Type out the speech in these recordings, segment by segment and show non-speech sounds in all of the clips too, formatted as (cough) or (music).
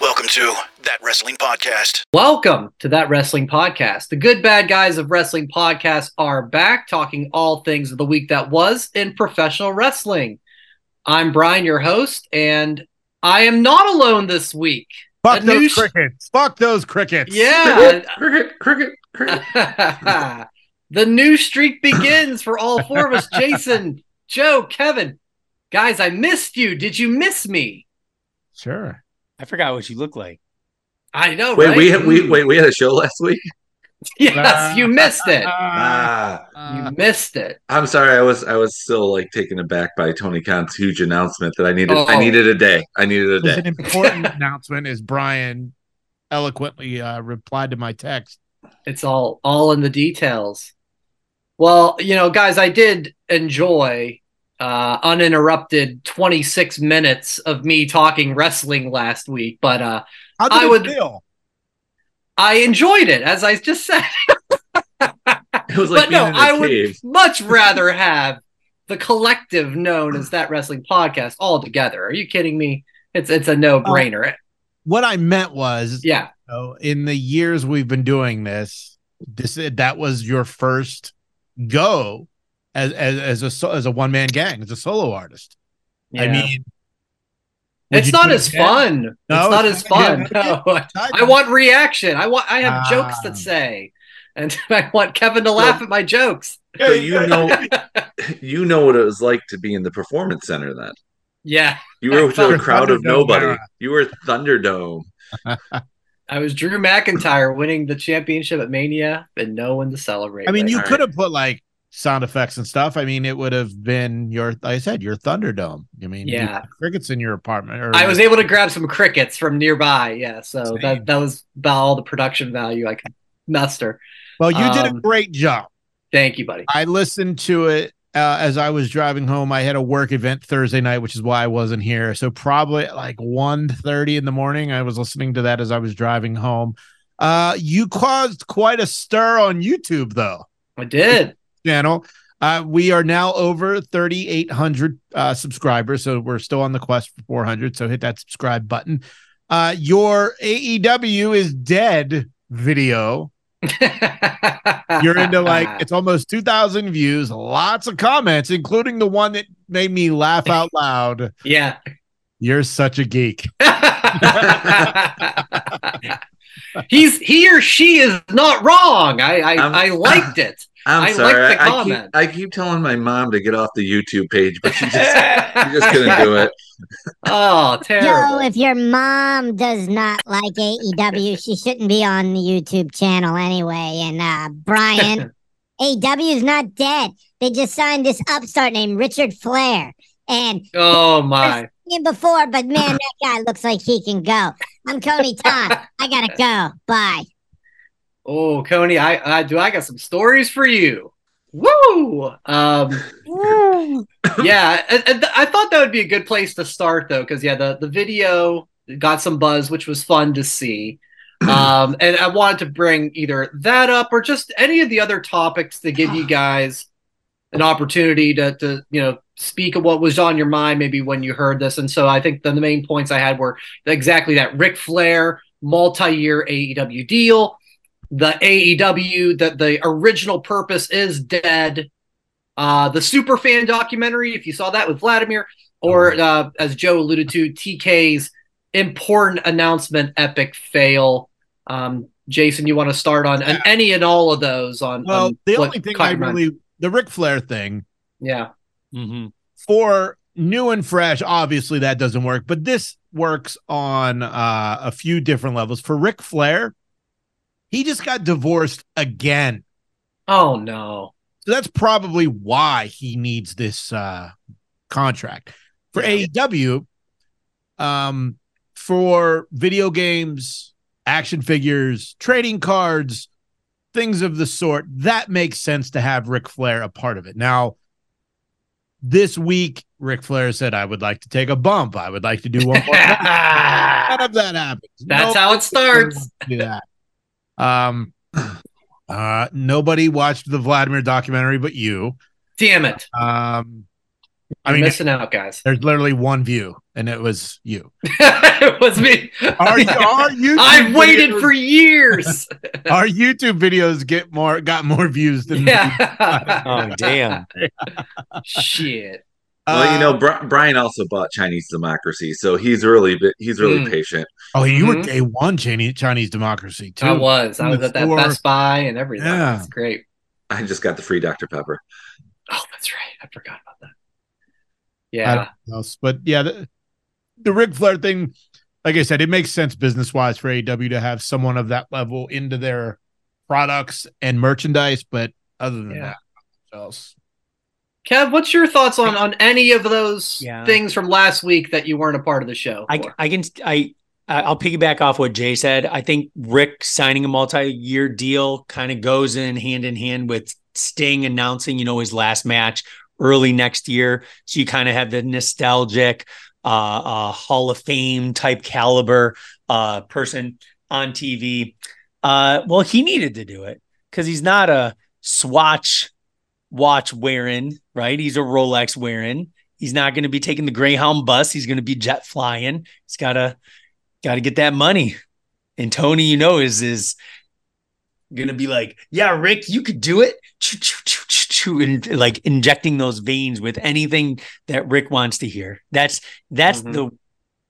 Welcome to That Wrestling Podcast. Welcome to that wrestling podcast. The good bad guys of wrestling podcasts are back talking all things of the week that was in professional wrestling. I'm Brian, your host, and I am not alone this week. Fuck A those new sh- crickets. Fuck those crickets. Yeah. (laughs) (laughs) cricket, cricket, cricket. (laughs) the new streak begins for all four of us Jason, Joe, Kevin. Guys, I missed you. Did you miss me? Sure. I forgot what you look like. I know. Wait, right? we had, we wait, we had a show last week. (laughs) Yes, you missed it. Uh, Ah, You missed it. I'm sorry. I was I was still like taken aback by Tony Khan's huge announcement that I needed Oh. I needed a day. I needed a It was an (laughs) day. important announcement as Brian eloquently uh, replied to my text. it's all all in the details well you know guys i did enjoy uh uninterrupted 26 minutes of me talking wrestling last week but uh How I would- feel? i enjoyed it as i just said (laughs) It was like but no being in a i would cave. much rather have the collective known as that wrestling podcast all together are you kidding me it's it's a no-brainer Oh. What I meant was, yeah oh, in the years we've been doing this, this that was your first go as as, as a so- as a one man gang as a solo artist. I Yeah. mean, would it's you not do it as again? fun it's not as fun (laughs) yeah, no, no. (laughs) I want reaction. I want. I have jokes Ah. that say, and (laughs) I want Kevin to laugh at my jokes. So you know, you know what it was like to be in the performance center. Then Yeah, you were with Thunderdome a crowd of nobody. era. You were Thunderdome. I was Drew McIntyre winning the championship at Mania, and no one to celebrate. I mean, with. you All could have put like sound effects and stuff. I mean, it would have been your, like I said, your Thunderdome. I mean, you Yeah. had crickets in your apartment. Or I was able to grab some crickets from nearby. Yeah, so that Same. that was about all the production value I could muster. Well, you did um, a great job. Thank you, buddy. I listened to it uh, as I was driving home. I had a work event Thursday night, which is why I wasn't here. So probably at like 1.30 in the morning, I was listening to that as I was driving home. Uh, you caused quite a stir on YouTube, though. I did. (laughs) channel. Uh, we are now over 3,800 uh, subscribers, so we're still on the quest for 400. So hit that subscribe button. Uh, your AEW is dead video. You're (laughs) into like it's almost 2,000 views, lots of comments, including the one that made me laugh out loud. yeah. (laughs) You're such a geek. He's he or she is not wrong. I Um, I, I liked it. I'm I like sorry. the I, keep comment. I keep telling my mom to get off the YouTube page, but she (laughs) just she just couldn't (laughs) oh, do it. Yo, terrible. if your mom does not like AEW, she shouldn't be on the YouTube channel anyway. And uh, (laughs) Brian, AEW is not dead. They just signed this upstart named Richard Flair. And Oh my. him before, but man, that guy looks like he can go. I'm Coney Tom. I gotta go. (laughs) Bye. Oh, Coney, I, I do I got some stories for you. Woo! (coughs) Um yeah, I, I th- I thought that would be a good place to start though, because yeah, the, the video got some buzz, which was fun to see. Um, and I wanted to bring either that up or just any of the other topics to give you guys an opportunity to, to you know speak of what was on your mind maybe when you heard this. And so I think the, the main points I had were exactly that Ric Flair multi-year AEW deal, the AEW that the original purpose is dead. Uh, the Superfan documentary, if you saw that with Vladimir, or uh, as Joe alluded to, TK's important announcement, epic fail. Um, Jason, you want to start on, on any and all of those? On on Well, Um, the what only thing caught I your mind? really, the Ric Flair thing, yeah, Mm-hmm. for new and fresh obviously that doesn't work but this works on uh, a few different levels for Ric flair he just got divorced again oh (laughs) no, so that's probably why he needs this uh, contract for aew um, for video games action figures trading cards things of the sort that makes sense to have Ric flair a part of it now this week, Ric Flair said, I would like to take a bump. I would like to (laughs) do one more. match." None that's of that happens. how it starts. Nobody wants to do that. Um, (clears throat) uh, nobody watched the Vladimir documentary but you. Damn it! Um, I mean, missing out, guys. (laughs) there's literally one view, and it was you. it was me. (laughs) Are you? Are you? I've waited (laughs) for years. our YouTube videos get more got more views than yeah. (laughs) Oh damn! Oh. Shit. well, you know, Uh, Bri- Brian also bought Chinese democracy, so he's really bi- he's really Mm. patient. oh, you were Mhm. day one Chinese Chinese democracy too. I was. I was at that Before- Best Buy and everything. Yeah. It's great. I just got the free Dr Pepper. Oh, that's right. I forgot about that. Yeah. else. But yeah, the, the Ric Flair thing, like I said, it makes sense business wise for AEW to have someone of that level into their products and merchandise. But other than Yeah. that, what else? Kev, what's your thoughts on on any of those Yeah. things from last week that you weren't a part of the show? I for? I can I I'll piggyback off what Jay said. I think Rick signing a multi-year deal kind of goes in hand in hand with Sting announcing, you know, his last match early next year. So you kind of have the nostalgic, uh, uh, Hall of Fame type caliber uh, person on TV. Uh, well, he needed to do it because he's not a swatch watch wearing, right? He's a Rolex wearing. He's not going to be taking the Greyhound bus. He's going to be jet flying. He's got to got to get that money. And Tony, you know, is is going to be like, "Yeah, Rick, you could do it." Choo, choo, choo, choo, choo, And like injecting those veins with anything that Rick wants to hear. That's that's Mhm. the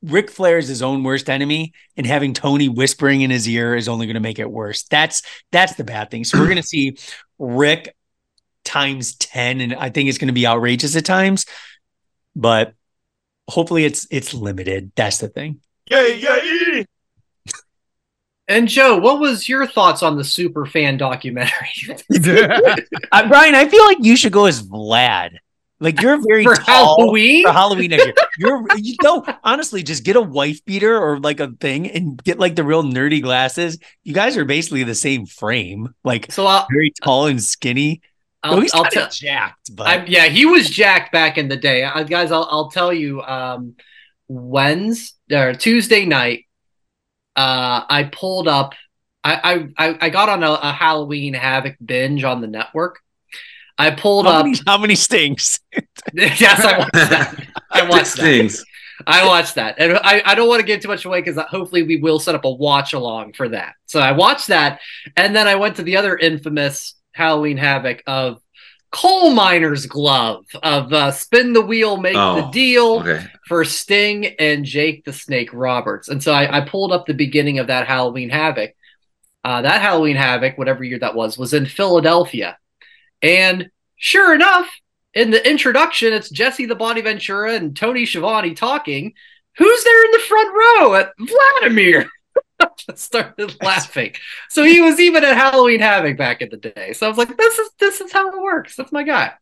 Rick Flair is his own worst enemy, and having Tony whispering in his ear is only going to make it worse. That's that's the bad thing. So we're going to see Rick times 10 and I think it's going to be outrageous at times but hopefully it's it's limited. That's the thing. and Joe, what was your thoughts on the super fan documentary? (laughs) (laughs) Uh, Brian, I feel like you should go as Vlad. Like you're very (laughs) for tall Uh-huh. Halloween? for Halloween next year. You're you know honestly just get a wife beater or like a thing and get like the real nerdy glasses. You guys are basically the same frame, like So I'll very tall and skinny. Though I'll, he's I'll kinda tell. jacked, but I, yeah, he was jacked back in the day, I, guys. I'll I'll tell you. Um, Wednesday or Tuesday night, uh, I pulled up. I I I- I got on a, a Halloween Havoc binge on the network. I pulled how up. many, how many stinks? (laughs) yes, (laughs) I watched that. I watched that. (laughs) Things. I watched that, and I, I don't want to give too much away because hopefully we will set up a watch along for that. So I watched that, and then I went to the other infamous Halloween Havoc of coal miner's glove of uh, spin the wheel, make the Oh, deal Okay. for Sting and Jake the Snake Roberts. And so I, I pulled up the beginning of that Halloween Havoc. Uh, that Halloween Havoc, whatever year that was, was in Philadelphia. And sure enough, in the introduction, it's Jesse the Body Ventura and Tony Schiavone talking. Who's there in the front row? Uh, Vladimir. (laughs) I just started laughing. So he was even at Halloween Havoc back in the day. So I was like, this is this is how it works. That's my guy.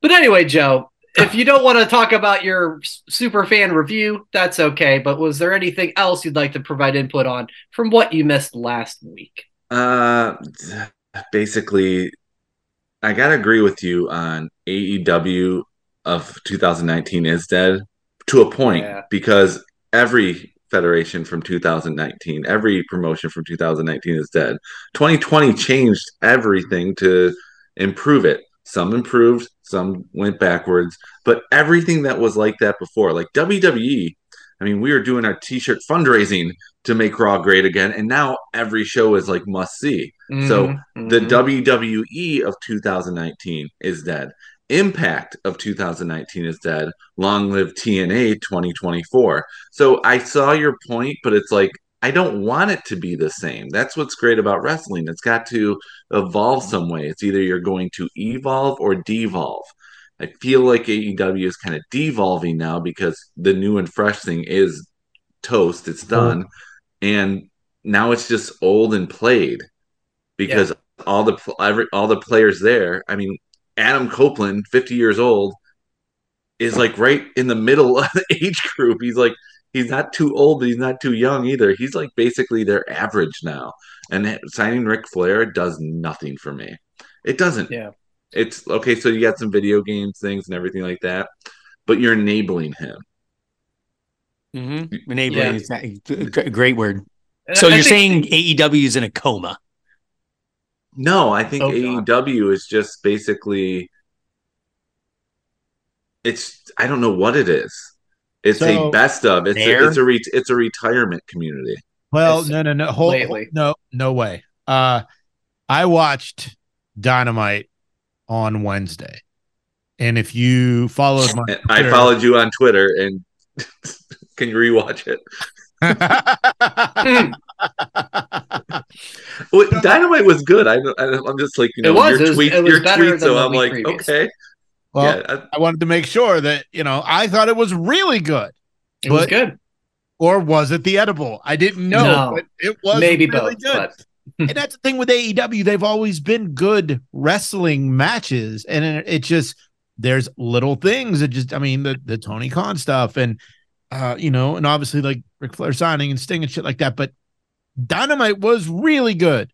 But anyway, Joe, if you don't want to talk about your s- super fan review, that's okay. But was there anything else you'd like to provide input on from what you missed last week? Uh, basically, I gotta agree with you on AEW of 2019 is dead to a point Yeah. because every federation from 2019, every promotion from 2019 is dead. 2020 changed everything to improve it. Some improved, some went backwards, but everything that was like that before, like WWE, I mean, we were doing our t-shirt fundraising to make Raw great again, and now every show is like must see. So, Mm-hmm. The WWE of 2019 is dead. Impact of 2019 is dead. Long live TNA 2024. So I saw your point, but it's like I don't want it to be the same. That's what's great about wrestling. It's got to evolve some way. It's either you're going to evolve or devolve. I feel like AEW is kind of devolving now because the new and fresh thing is toast. It's done. And now it's just old and played because all the pl- every, all the players there. I mean, Adam Copeland, fifty years old, is like right in the middle of the (laughs) age group. He's like he's not too old, but he's not too young either. He's like basically their average now. And that- signing Ric Flair does nothing for me. It doesn't. Yeah. It's okay. So you got some video games things and everything like that, but you're enabling him. Mm-hmm. Yeah. Enabling. is not- g- Great word. And So I you're think- saying AEW is in (laughs) a coma. No, I think E Oh, God. AEW is just basically it's I don't know what it is. It's So- a best of. It's There? a, it's a re- it's a retirement community. Well, It's no, no, no, hold, lately. no, no way. Uh, I watched Dynamite on Wednesday, and if you followed my, And I (laughs) Twitter- followed you on Twitter and (laughs) can you rewatch it. (laughs) hmm, Wait, Dynamite was good. I, I I'm just like you It know was. It your was- tweet it was your better tweet. than So the I'm week like previous. okay. (laughs) well, yeah, I- I wanted to make sure that you know I thought it was really good, It was But- good. or was it the edible? I didn't know, No. but it was Maybe really both, good. but and that's the thing with AEW. They've always been good wrestling matches, and it, it just there's little things that just I mean the the Tony Khan stuff, and uh, you know, and obviously like Ric Flair signing and Sting and shit like that. But Dynamite was really good.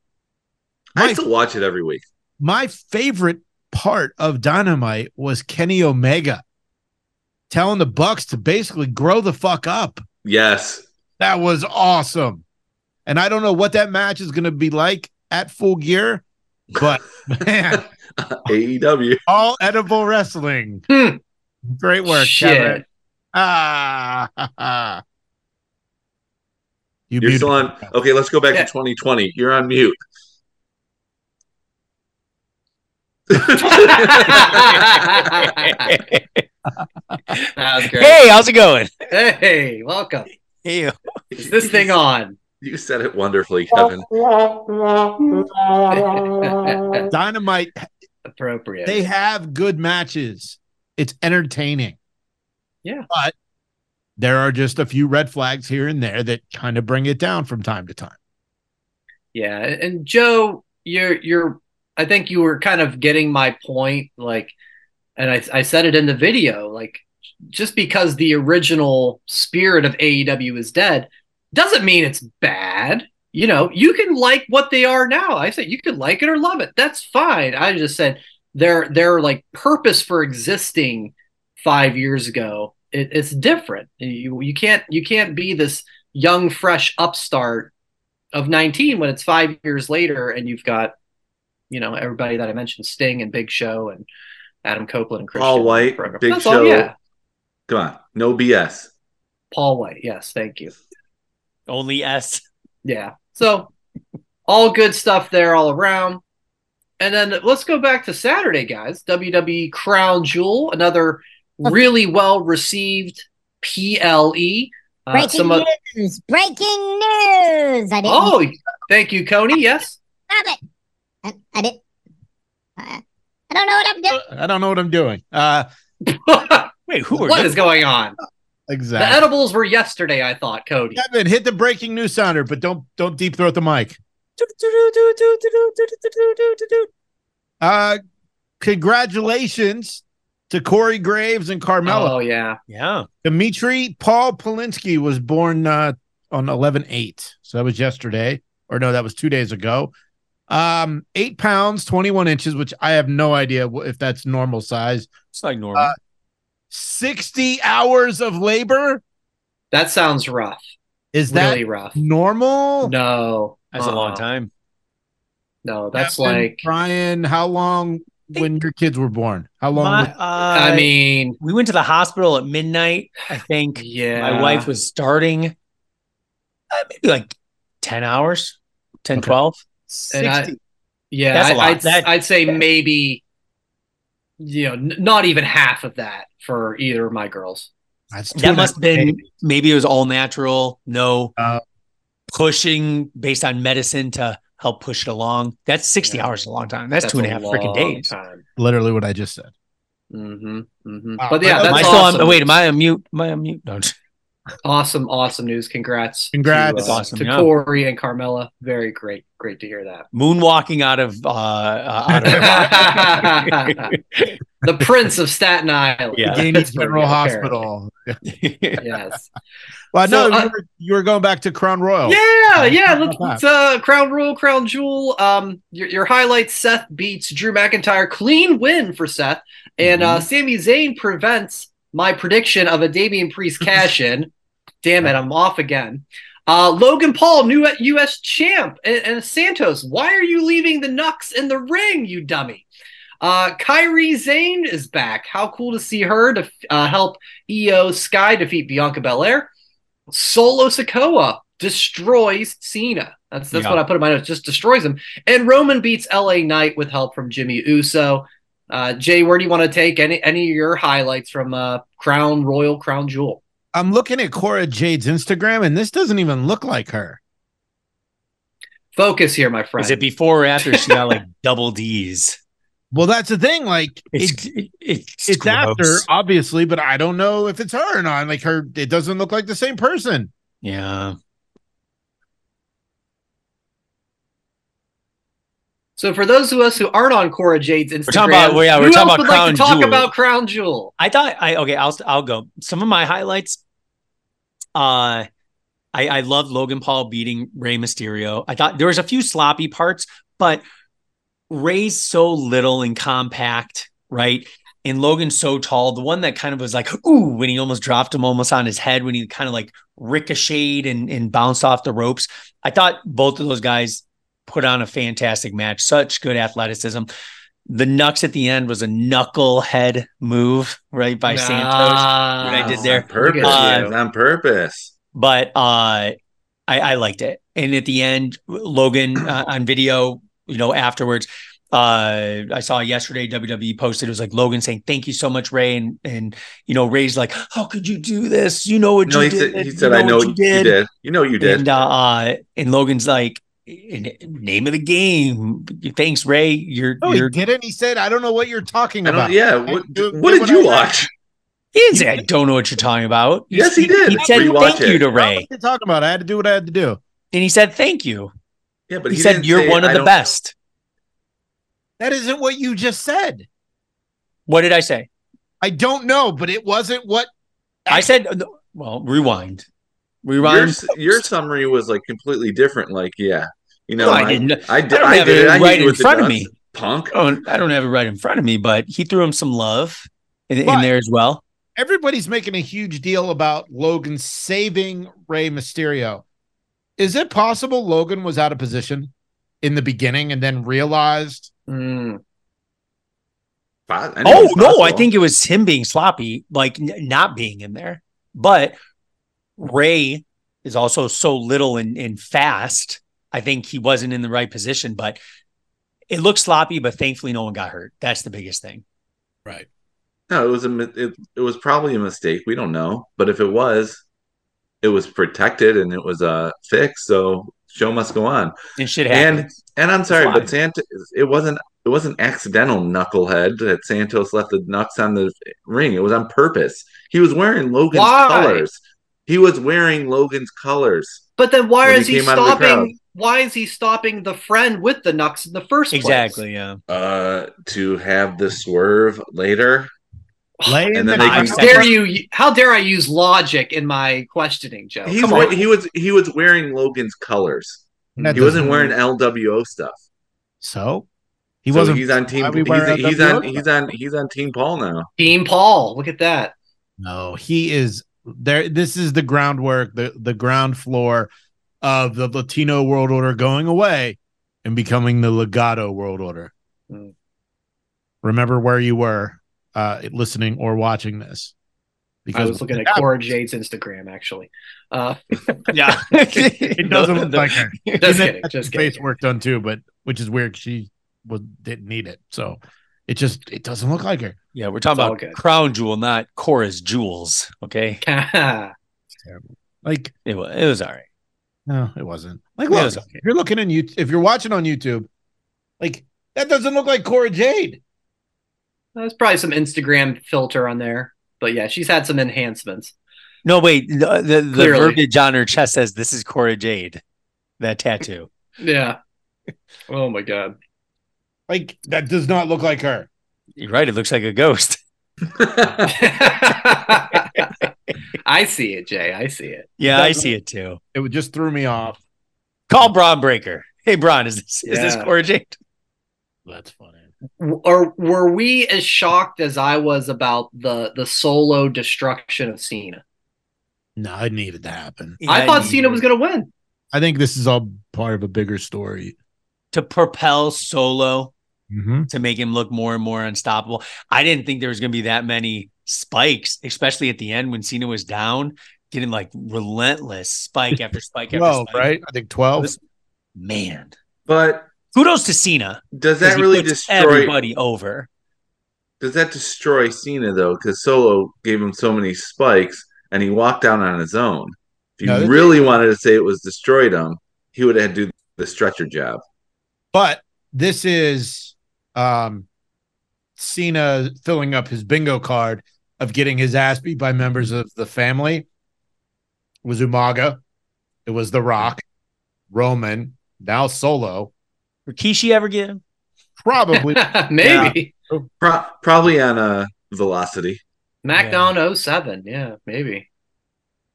I My- still watch it every week. My favorite part of Dynamite was Kenny Omega telling the Bucks to basically grow the fuck up. Yes, (laughs) That was awesome. And I don't know what that match is going to be like at full gear, (laughs) but man, AEW. all edible wrestling. Hmm. Great work, Shit. (laughs) Kevin. Ah, ha, ha. you You're still on. beautiful. Okay, let's go back Yeah. to 2020. You're on mute. (laughs) that was great. (laughs) hey, how's it going? Hey, welcome. Hey, Is this thing on? You said it wonderfully, Kevin. Dynamite. Appropriate. They have good matches. It's entertaining. Yeah. But there are just a few red flags here and there that kind of bring it down from time to time. Yeah, and Joe, you're you're I think you were kind of getting my point, like and I I said it in the video, like just because the original spirit of AEW is dead doesn't mean it's bad. You know, you can like what they are now. I said you could like it or love it. That's fine. I just said their their like purpose for existing five years ago, it, it's different. You you can't you can't be this young, fresh upstart of 19 when it's five years later and you've got you know everybody that i mentioned sting and big show and adam copeland and christian Paul in the White, program. Big That's Show. all, yeah Come on, no BS. paul white yes thank you only S. yeah so all good stuff there all around and then let's go back to saturday guys wwe crown jewel (laughs) another really well received ple Uh, Breaking some of- news! Breaking news! I didn't oh thank you coney yes (laughs) stop it. I, I didn't. I, I don't know what I'm doing. I don't know what I'm doing. Uh, Wait, who are what you? is going on The exactly. edibles were yesterday, I thought, Cody. Kevin, hit the breaking news sounder, but don't don't deep throat the mic. Uh congratulations to Corey Graves and Carmelo. Oh yeah. Yeah. Dimitri Paul Polinsky was born uh, on 11 8. So that was yesterday, or no, that was two days ago. Um, eight pounds, 21 inches, which I have no idea wh- if that's normal size. It's like normal. Uh, 60 hours of labor. That sounds rough. Is that Oh. really rough. normal? No. That's a long uh-uh. time. No, that's Kevin, like Brian, how long when your kids were born? How long? My- was- uh, I mean, we went to the hospital at midnight. I think yeah. my wife was starting uh, maybe like 10 hours, 10, Okay. 12. and I- yeah, That's a I, lot. I'd, That- I'd say maybe you know, n- not even half of that for either of my girls. That's two That and a must have half been days. maybe it was all natural, no Uh, pushing based on medicine to help push it along. That's 60 Yeah. hours is a long time. That's, two and a half freaking days. literally what I just said. Mm-hmm, mm-hmm. Wow. But yeah, Am Am that's I still awesome. on, wait, am I on mute? Am I on mute? No, I'm just- awesome, awesome news. Congrats. To, Congrats. uh, That's awesome, to yeah. Corey and Carmela. Very great. Great to hear (laughs) that. (laughs) moonwalking out of, uh, uh out of the Prince of Staten Island. Yeah. Gainey Pittsburgh, General apparently. Hospital. Yes. Well, So, no, uh, you, were, you were going back to Crown Royal. Yeah, yeah. How Let's, about let's, uh, crown rule, crown jewel. Um, your, your highlights: Seth beats Drew McIntyre, clean win for Seth, and Mm-hmm. uh, Sami Zayn prevents my prediction of a Damian (laughs) Priest cash in. Damn it, I'm off again. Uh, Logan Paul, new U.S. champ, and, and Santos. Why are you leaving the Nux in the ring, you dummy? Uh, Kyrie Zane is back. How cool to see her to uh, help EO Sky defeat Bianca Belair. Solo Sokoa destroys Cena. That's that's Yeah. what I put in my notes. Just destroys him. And Roman beats LA Knight with help from Jimmy Uso. Uh, Jay, where do you want to take any any of your highlights from uh, Crown Royal Crown Jewel? I'm looking at Cora Jade's Instagram, and this doesn't even look like her. Focus here, my friend. Is it before or after she got like (laughs) double D's? Well, that's the thing. Like it's It's it- it's, it's after, gross. obviously, but I don't know if it's her or not. Like her, it doesn't look like the same person. Yeah. so for those of us who aren't on Cora Jade's Instagram, talking about- well, yeah, we're who talking else about would like to Crown talk Jewel. about Crown Jewel? I thought I okay. I'll I'll go. Some of my highlights. Uh, I I love Logan Paul beating Rey Mysterio. I thought there was a few sloppy parts, but Ray's so little and compact, right? And Logan's so tall. The one that kind of was like, ooh, when he almost dropped him almost on his head, when he kind of like ricocheted and, and bounced off the ropes. I thought both of those guys put on a fantastic match. Such good athleticism. The nux at the end was a knucklehead move, right? By Santos. what I did there. on purpose. Uh, It's on purpose. but uh I, I liked it. And at the end, Logan (clears throat) uh, on video, you know, afterwards, uh, I saw yesterday WWE posted it was like Logan saying, "Thank you so much, Ray," and and you know, Ray's like, "How could you do this? You know what No, you he did. said, he said you I know what you did. You know you did. And uh, uh, and Logan's like, "In- "Name of the game. Thanks, Ray. You're No, you're he didn't. He said, "I don't know what you're talking I about." don't, yeah. I What, do- what do did what you I- watch? He said, I don't know what you're talking about. Yes, he did. He said Rewatch thank you it. to I don't know Ray, what you're talking about. I had to do what I had to do. and he said thank you. Yeah, but he, said didn't you're say, one of "I the don't- best. That isn't what you just said. What did I say? I don't know, but it wasn't what I said, uh, well, rewind. Your, Rewind. s- your summary was like completely different. Like, yeah, you know, No, I didn't. I I did. don't I have did. it I hit right you in with the front of nuts, me. punk. Oh, I don't have it right in front of me, but he threw him some love in, in But- there as well. everybody's making a huge deal about Logan saving Rey Mysterio. Is it possible Logan was out of position in the beginning and then realized? Mm. Fo- I know Oh it's no, I possible. think it was him being sloppy, like n- not being in there. But Ray is also so little and, and fast. I think he wasn't in the right position, but it looked sloppy. But thankfully, no one got hurt. That's the biggest thing. no. It was a. mi- It, it was probably a mistake. We don't know, but if it was, it was protected and it was uh, fixed. So show must go on. And shit And- happened. And I'm sorry, Fine. but Santos, it wasn't it wasn't accidental knucklehead that Santos left the nuts on the ring. It was on purpose. He was wearing Logan's Why? colors. He was wearing Logan's colors. But then why When he is he, came out of the crowd. stopping? Why is he stopping the friend with the Nux in the first place? (laughs) Exactly. Yeah. Uh, to have the swerve later. Lay in And the then they How I'm come- sorry. dare you? How dare I use logic in my questioning, Joe? He's Come wa- on. he was he was wearing Logan's colors. That He wasn't doesn't- wearing LWO stuff. so he So wasn't. He's on team. Why we He's, wear he's LWO on. He's on. He's on Team Paul now. Team Paul, look at that. no, he is there. This is the groundwork, the the ground floor of the Latino world order going away and becoming the Legato world order. Mm. Remember where you were uh, listening or watching this. I was looking at Cora Jade's Instagram actually. Uh, (laughs) Yeah. (laughs) it doesn't look like her. just And then kidding, that's just the kidding. Face work done too, but which is weird. 'cause She was didn't need it, so it just it doesn't look like her. Yeah, we're talking It's all about good. crown jewel, not chorus jewels. Okay, Like it was it was all right. no, it wasn't. Like It look, was okay. if you're looking in you, if you're watching on YouTube, like that doesn't look like Cora Jade. (laughs) There's probably some Instagram filter on there, but yeah, she's had some enhancements. No, wait. The the, the Clearly. verbiage on her chest says, "This is Cora Jade." That tattoo. (laughs) Yeah. Oh my god. Like that does not look like her. You're right. It looks like a ghost. (laughs) (laughs) I see it, Jay. I see it. Yeah, I Doesn't- see it too. It would just threw me off. Call Braun Breaker. Hey, Braun, is this is this Yeah. Cora Jade? That's funny. W- Or were we as shocked as I was about the the solo destruction of Cena? No, it needed to happen. I Yeah, thought you- Cena was going to win. (laughs) I think this is all part of a bigger story. to propel Solo Mhm. to make him look more and more unstoppable. I didn't think there was going to be that many spikes, especially at the end when Cena was down, getting like relentless spike after spike after Twelve, spike. right? I think twelve. This- (laughs) Man, But kudos to Cena. does 'cause that he really puts destroy? everybody over? Does that destroy Cena though? Because Solo gave him so many spikes, and he walked down on his own. If you No, that- really wanted to say it was destroyed him, he would have had to do the stretcher job. But this is um Cena filling up his bingo card of getting his ass beat by members of the family. It was Umaga. It was The Rock, Roman, now Solo. Rikishi ever get him? (laughs) Probably maybe Pro- probably on a velocity. Macdown 07. Yeah, maybe.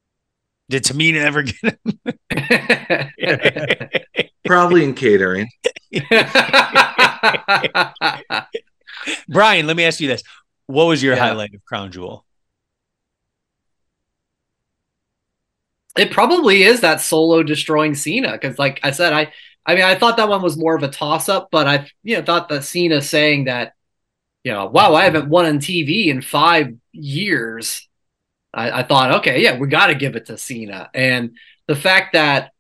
(laughs) Did Tamina ever get him? (laughs) Probably (laughs) in catering. (laughs) Brian, let me ask you this: What was your Yeah. highlight of Crown Jewel? it probably is that solo destroying Cena because, like I said, I I mean I thought that one was more of a toss up, but I you know thought that Cena saying that you know wow I haven't won on TV in five years, I, I thought okay yeah we got to give it to Cena and the fact that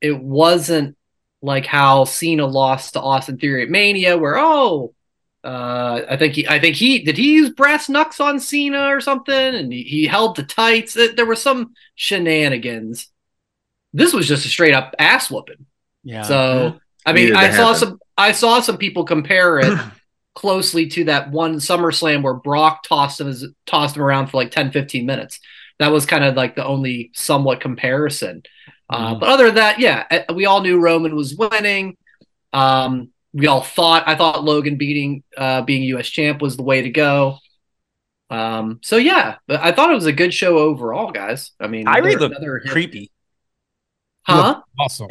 it wasn't like how Cena lost to Austin Theory at Mania where oh. Uh, I think he, I think he, did he use brass knucks on Cena or something? And he, he held the tights. There there was some shenanigans. This was just a straight up ass whooping. Yeah. So I Needed mean, to I saw happen. some I saw some people compare it closely to that one SummerSlam where Brock tossed him his, tossed him around for like 10, 15 minutes. That was kind of like the only somewhat comparison. Uh, but other than that, yeah, eh, we all knew Roman was winning. Um, we all thought I thought Logan beating uh, being U.S. champ was the way to go. Um, so yeah, but I thought it was a good show overall, guys. I mean, Kyrie another- looked another hit- Mm-hmm. creepy. huh? awesome.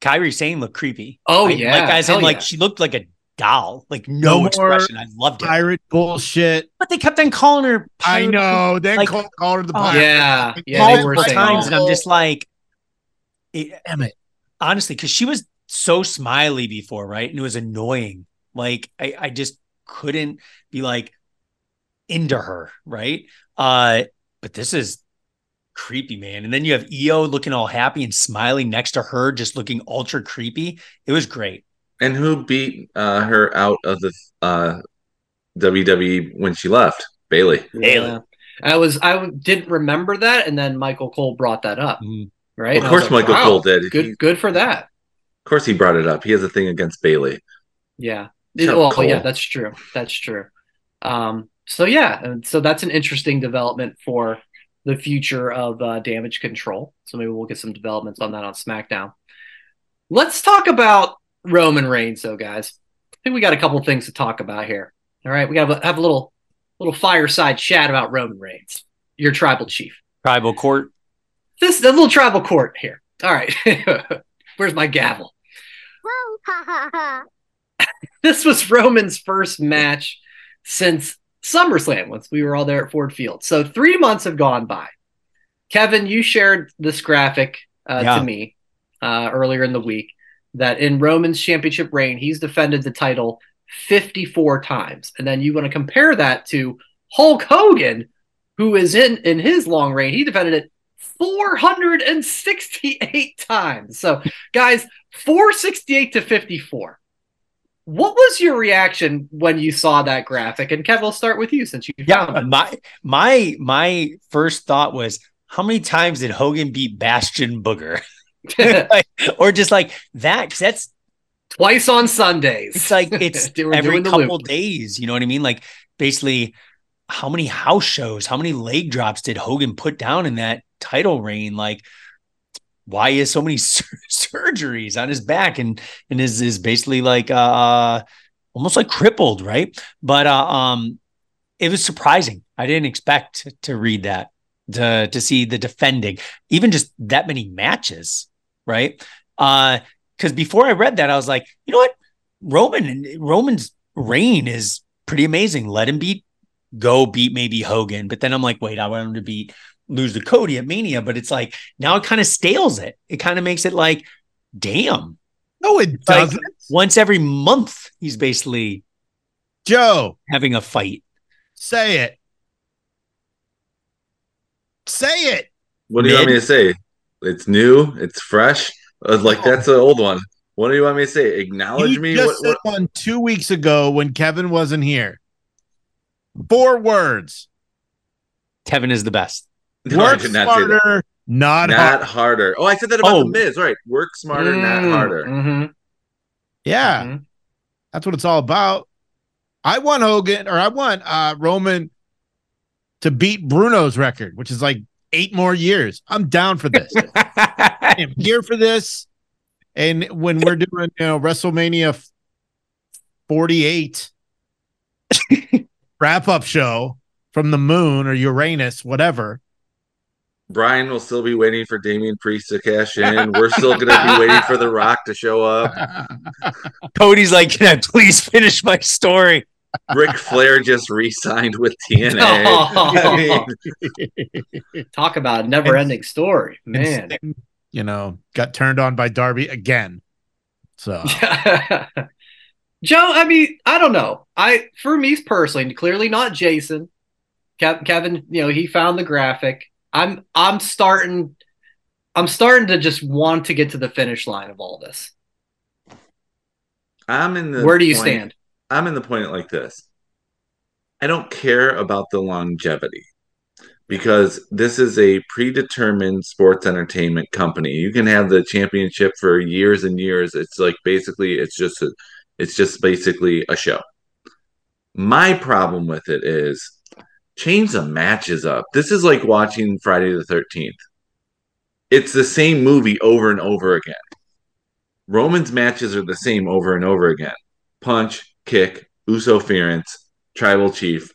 Kyrie Sane looked creepy. Oh, I- yeah. like I said, Hell like yeah. she looked like a doll, like no More expression. I loved it, Pirate bullshit. but they kept on calling her. I pirate know. Then Like- call, call her the Oh, pirate. Yeah, yeah, they multiple were Multiple saying times, that. and I'm just like, it, Damn it. honestly, because she was so smiley before, right? And it was annoying. Like I, I just couldn't be like into her, right? Uh, but this is creepy, man. And then you have EO looking all happy and smiling next to her, just looking ultra creepy. It was great. (clears throat) And who beat uh, her out of the uh, WWE when she left? Bailey. Bailey. Yeah. I was I w- didn't remember that, and then Michael Cole brought that up, Mhm. right? of And I was course, like, Michael wow, Cole did. He, Good, of good for that. course, he brought it up. He has a thing against Bailey. Yeah. Sure, It- well, Cole. yeah, that's true. That's true. Um, so yeah, and so that's an interesting development for the future of uh, damage control. So maybe we'll get some developments on that on SmackDown. Let's talk about Roman Reigns, though, guys. I think we got a couple things to talk about here. All right, we got to have a little little fireside chat about Roman Reigns, your tribal chief. Tribal court. this the little tribal court here. All right. (laughs) Where's my gavel? Whoa, ha ha ha. (laughs) This was Roman's first match since SummerSlam, once we were all there at Ford Field. So three months have gone by. Kevin, you shared this graphic uh, Yeah. to me uh, earlier in the week that in Roman's championship reign, he's defended the title 54 times. And then you want to compare that to Hulk Hogan, who is in, in his long reign, he defended it 468 times. So, guys, 468 to 54. What was your reaction when you saw that graphic? And Kev, I'll start with you since you found Yeah. it. My my my first thought was how many times did Hogan beat Bastion Booger? (laughs) Like, or just like that, 'cause that's (laughs) Twice on Sundays. (laughs) It's like it's They were every doing the couple loop. days. You know what I mean? Like basically, how many house shows, how many leg drops did Hogan put down in that title reign? Like, why is so many (laughs) sur- surgeries on his back and and is is basically like uh almost like crippled, right? But uh, um, it was surprising. I didn't expect to read that to to see the defending, even just that many matches, right? Uh, because before I read that, I was like, you know what? Roman Roman's reign is pretty amazing. Let him beat go beat maybe Hogan, but then I'm like, wait, I want him to beat lose to Cody at Mania, but it's like now it kind of stales it. It kind of makes it like, damn, No, it like- doesn't. Once every month, he's basically Joe, having a fight. say it. Say it. What do you want me to say? It's new. It's fresh. I was like, that's an old one. What do you want me to say? Acknowledge You me. just What, said what? one two weeks ago when Kevin wasn't here. Four words. Kevin is the best. No, I Work did not say that. smarter, not, hard. Not harder. Oh, I said that about Oh. the Miz. Right. Work smarter, not Mm, harder. mhm, Yeah, mhm. that's what it's all about. I want Hogan or I want uh, Roman to beat Bruno's record, which is like eight more years. I'm down for (laughs) this. I am here for this. And when we're doing, you know, WrestleMania (laughs) 48 wrap up show from the moon or Uranus, whatever. Brian will still be waiting for Damian Priest to cash in. We're still going to be waiting for The Rock to show up. Cody's like, can I please finish my story? Ric Flair just re signed (laughs) with TNA. I mean, (laughs) Talk about a never-ending story, man. And, you know, got turned on by Darby again. So (laughs) Joe, I mean, I don't know. I for me personally, clearly not Jason. Kev, Kevin, you know, he found the graphic. I'm I'm starting I'm starting to just want to get to the finish line of all this. I'm in the Where do you point- stand? I'm in the point like this. I don't care about the longevity because this is a predetermined sports entertainment company. You can have the championship for years and years. It's like basically it's just a, it's just basically a show. My problem with it is change the matches up. This is like watching Friday the 13th. It's the same movie over and over again. Roman's matches are the same over and over again punch, kick, Uso ference, tribal chief,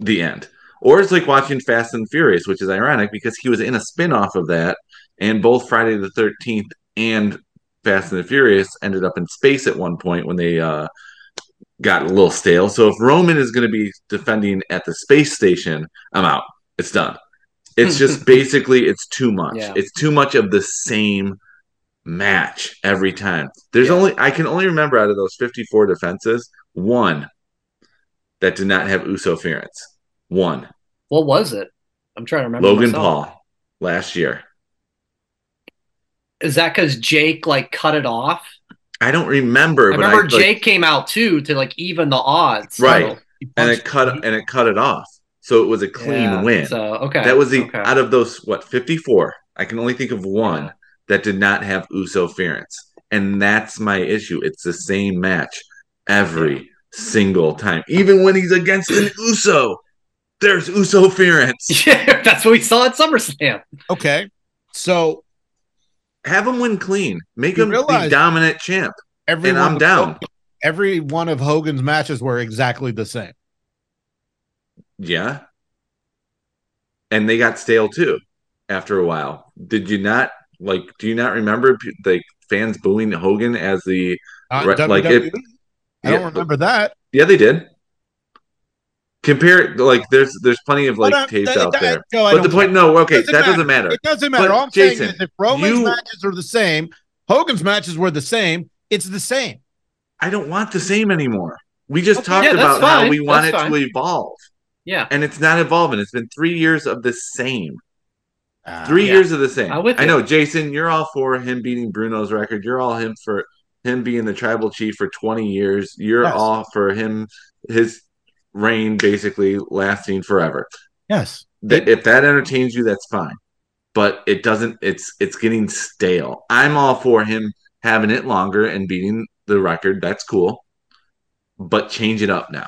the end. Or it's like watching Fast and Furious, which is ironic because he was in a spin off of that, and both Friday the 13th and Fast and the Furious ended up in space at one point when they uh, got a little stale. So if Roman is going to be defending at the space station, I'm out. It's done. It's just basically it's too much. Yeah. It's too much of the same match every time. There's Yeah. only I can only remember out of those 54 defenses one that did not have Uso Ference. One What was it? I'm trying to remember. Logan myself. Paul last year. Is that because Jake like cut it off? I don't remember. I but remember like, Jake came out too to like even the odds. Right. and it punched- cut and it cut it off. So it was a So, clean yeah, win. So okay, That was the okay. out of those what 54. I can only think of one that did not have Uso Ference. And that's my issue. It's the same match every single time. Even when he's against an Uso, there's Uso (laughs) (laughs) Ference. Yeah, that's what we saw at SummerSlam. (laughs) okay. So Have him win clean. Make You him realize- the dominant champ. every and one I'm of down. Hogan- every one of Hogan's matches were exactly the same. Yeah. And they got stale too after a while. Did you not like do you not remember p- like fans booing Hogan as the Not Right, like, WWE. it- E? I don't yeah. remember that. Yeah, they did. Compare like there's there's plenty of like But, uh, tapes that- out that- there. Joe, I But the don't- point no, okay, Doesn't that matter. doesn't matter. It doesn't matter. But, All I'm Jason, saying is if Roman's you- matches are the same, Hogan's matches were the same, it's the same. I don't want the same anymore. We just Okay, talked yeah, that's about how fine. we want That's it to fine. evolve. Yeah, And it's not evolving. It's been three years of the same. Three Uh, yeah. years of the same. I'm with I you. know, Jason, you're all for him beating Bruno's record. You're all him for him being the tribal chief for 20 years. You're Yes. all for him, his reign basically lasting forever. Yes. That if that entertains you, that's fine. But it doesn't. It's it's getting stale. I'm all for him having it longer and beating the record. That's cool. But change it up now.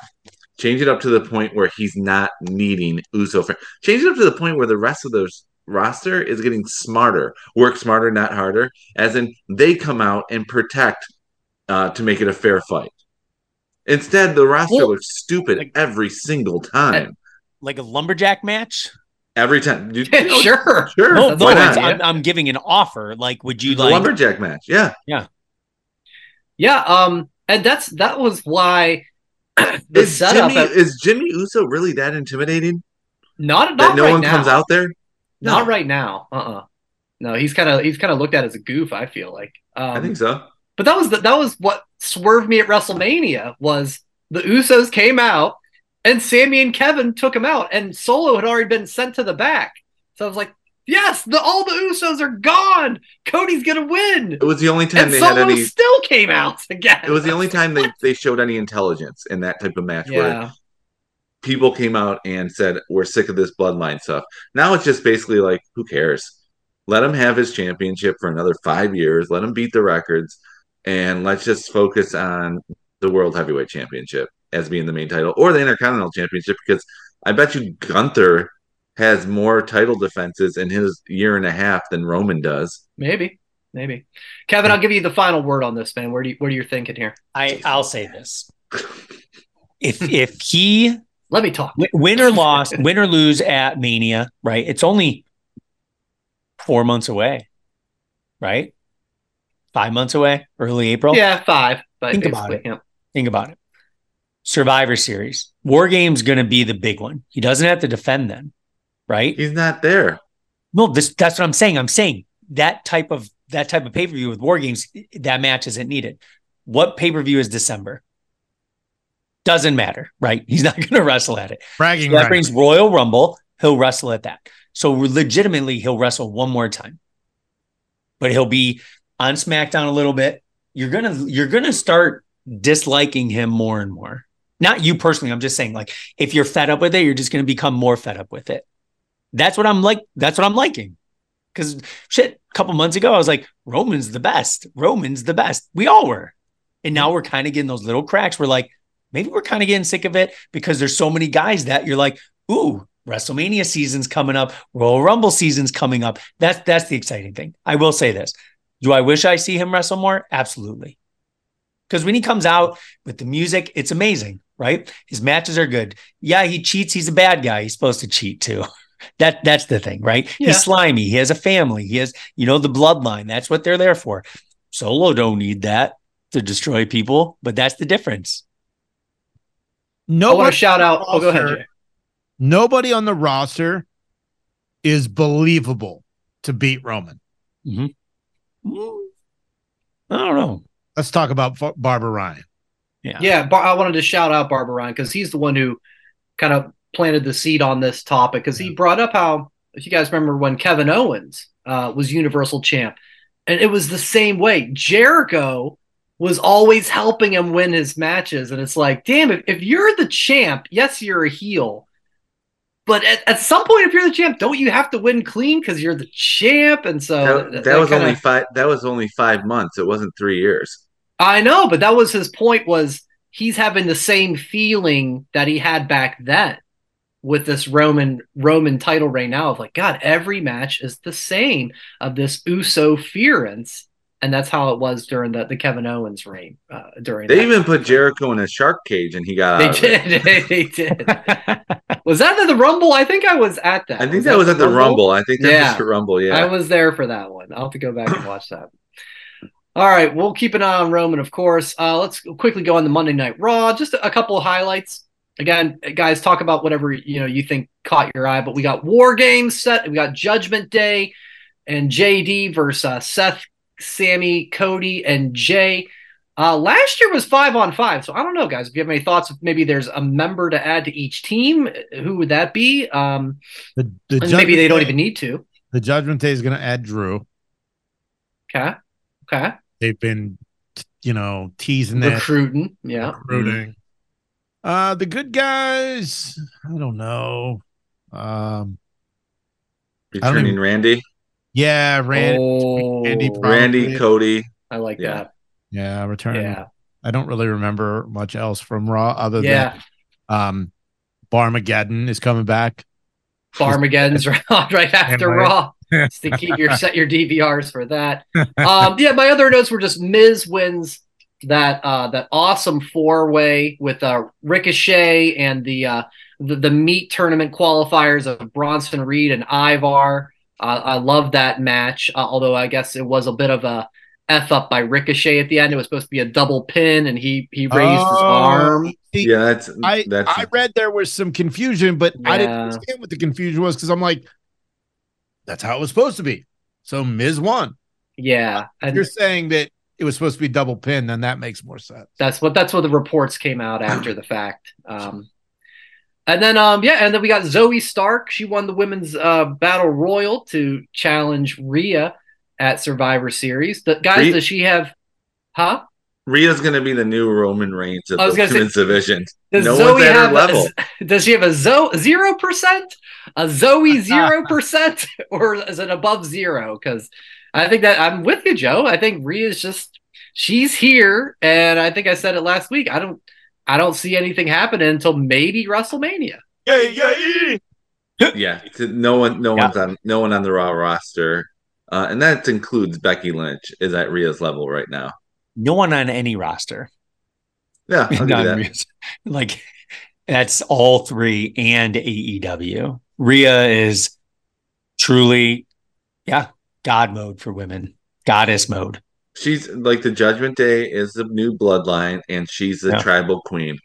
Change it up to the point where he's not needing Uso. For, change it up to the point where the rest of those roster is getting smarter, work smarter, not harder. As in, they come out and protect uh, to make it a fair fight. Instead, the roster Well, looks stupid like- every single time. Like a lumberjack match? Every time. (laughs) (laughs) You- sure. Sure. No, That's no, why fine. it's- not? I'm, I'm giving an offer. Like, would you The like? lumberjack match. Yeah. Yeah, um, and that's that was (clears throat) why the Is setup. Jimmy, is Jimmy Uso really that intimidating not that not no right one now. comes out there? Not Uh-uh. No. right now. Uh. uh No, he's kind of he's kind of looked at as a goof. I feel like. Um, I think so. But that was the, that was what swerved me at WrestleMania was the Usos came out and Sammy and Kevin took him out, and Solo had already been sent to the back. So I was like, yes, the, all the Usos are gone. Cody's gonna win. It was the only time And they Solo had any. still came out (laughs) again. It was the only time they, they showed any intelligence in that type of match where Yeah, people came out and said, "We're sick of this bloodline stuff." Now it's just basically like, who cares? Let him have his championship for another five years. Let him beat the records, and let's just focus on the World Heavyweight Championship as being the main title, or the Intercontinental Championship, because I bet you Gunther has more title defenses in his year and a half than Roman does. maybe, maybe. Kevin, I'll give you the final word on this, man. Where do you, what are you thinking here? I I'll say this. If if he Let me talk. wi- win or loss, win or lose at Mania, right? It's only four months away, right? Five months away, early April. Yeah, five. But Think about basically, yeah. Think about it. Survivor Series. War Game's going to be the big one. He doesn't have to defend then, right? He's not there. No, this that's what I'm saying. I'm saying that type of that type of pay per view with war games, that match isn't needed. What pay per view is December? Doesn't matter, right? He's not going to (laughs) wrestle at it. Bragging That rights. brings Royal Rumble. He'll wrestle at that. So legitimately, he'll wrestle one more time, but he'll be on SmackDown a little bit. You're gonna you're gonna start disliking him more and more. Not you personally. I'm just saying, like, if you're fed up with it, you're just gonna become more fed up with it. That's what I'm like. That's what I'm liking. Because shit, a couple months ago, I was like, Roman's the best. Roman's the best. We all were, and now we're kind of getting those little cracks. We're like maybe we're kind of getting sick of it because there's so many guys that you're like, ooh, WrestleMania season's coming up, Royal Rumble season's coming up. That's that's the exciting thing. I will say this. Do I wish I see him wrestle more? Absolutely. Because when he comes out with the music, it's amazing, right? His matches are good. Yeah, he cheats. He's a bad guy. He's supposed to cheat too. (laughs) That that's the thing, right? Yeah. He's slimy. He has a family. He has, you know, the bloodline. That's what they're there for. Solo don't need that to destroy people, but that's the difference. I Nobody, want to shout out. Oh, go ahead. Jay. nobody on the roster is believable to beat Roman. Mm. I don't know. Let's talk about F- Barbara Ryan. Yeah, Bar- I wanted to shout out Barbara Ryan because he's the one who kind of planted the seed on this topic because he brought up how, if you guys remember when Kevin Owens uh, was Universal Champ, and it was the same way. Jericho was always helping him win his matches, and it's like, damn, if, if you're the champ, yes, you're a heel. But at, at some point, if you're the champ, don't you have to win clean because you're the champ? And so that, that was kinda- only five. That was only five months. It wasn't three years. I know, but that was his point was he's having the same feeling that he had back then with this Roman Roman title reign now of like, God, every match is the same of this Uso fearance. And that's how it was during the, the Kevin Owens reign. Uh, during They that. even put Jericho in a shark cage and he got (laughs) (laughs) they out. of did. it. they (laughs) did. Was that at the Rumble? I think I was at that. I think that was at the Rumble. I think that Yeah. was the Rumble. Yeah. I was there for that one. I'll have to go back and watch that. All right, we'll keep an eye on Roman, of course. Uh, let's quickly go on the Monday Night Raw. Just a couple of highlights. Again, guys, talk about whatever you know you think caught your eye. But we got War Games set. We got Judgment Day, and JD versus uh, Seth, Sammy, Cody, and Jay. Uh, last year was five on five, so I don't know, guys. If you have any thoughts, if maybe there's a member to add to each team, who would that be? Um, The, the and maybe they Judgment don't Day- even need to. The Judgment Day is going to add Drew. Okay, okay. They've been, t- you know, teasing that. recruiting. Yeah. recruiting. Uh, the good guys. I don't know. Um, I don't Returning even- Randy, yeah, Randy. oh, Andy Probably. Randy, Cody. I like Yeah. that. Yeah, returning. Yeah. I don't really remember much else from Raw other Yeah. than um, Barmageddon is coming back. (laughs) Farmageddon's (laughs) round right after Am I- Raw. Just to keep your set your DVRs for (laughs) that. Um, yeah, my other notes were just Miz wins that uh that awesome four way with uh Ricochet and the uh the, the meat tournament qualifiers of Bronson Reed and Ivar. Uh, I love that match, uh, although I guess it was a bit of a f up by Ricochet at the end. It was supposed to be a double pin, and he he raised his Oh, arm. see, Yeah, that's I that's I read there was some confusion, but I didn't Yeah. understand what the confusion was because I'm like, that's how it was supposed to be. So Miz won. Yeah, and You're saying that it was supposed to be double pin, then that makes more sense. That's what that's what the reports came out after the fact. Um, and then um, yeah, and then we got Zoe Stark. She won the women's uh, battle royal to challenge Rhea at Survivor Series. The, guys, Rhea- does she have? Huh? Rhea's gonna be the new Roman Reigns of I was the gonna say- women's division. Does No Zoe one's at have her level. A, (laughs) does she have a Zo zero percent? A (laughs) Zoe zero percent, (laughs) or is it above zero? Because I think that I'm with you, Joe. I think Rhea's just she's here, and I think I said it last week. I don't I don't see anything happening until maybe WrestleMania. yeah, to- no one, no Yeah. one's on, no one on the Raw roster, uh, and that includes Becky Lynch is at Rhea's level right now. No one on any roster. Yeah, I'll give you Not that. Rhea's. (laughs) Like that's all three and AEW. Rhea is truly, yeah, God mode for women, goddess mode. She's like the Judgment Day is the new bloodline, and she's the Yeah. tribal queen.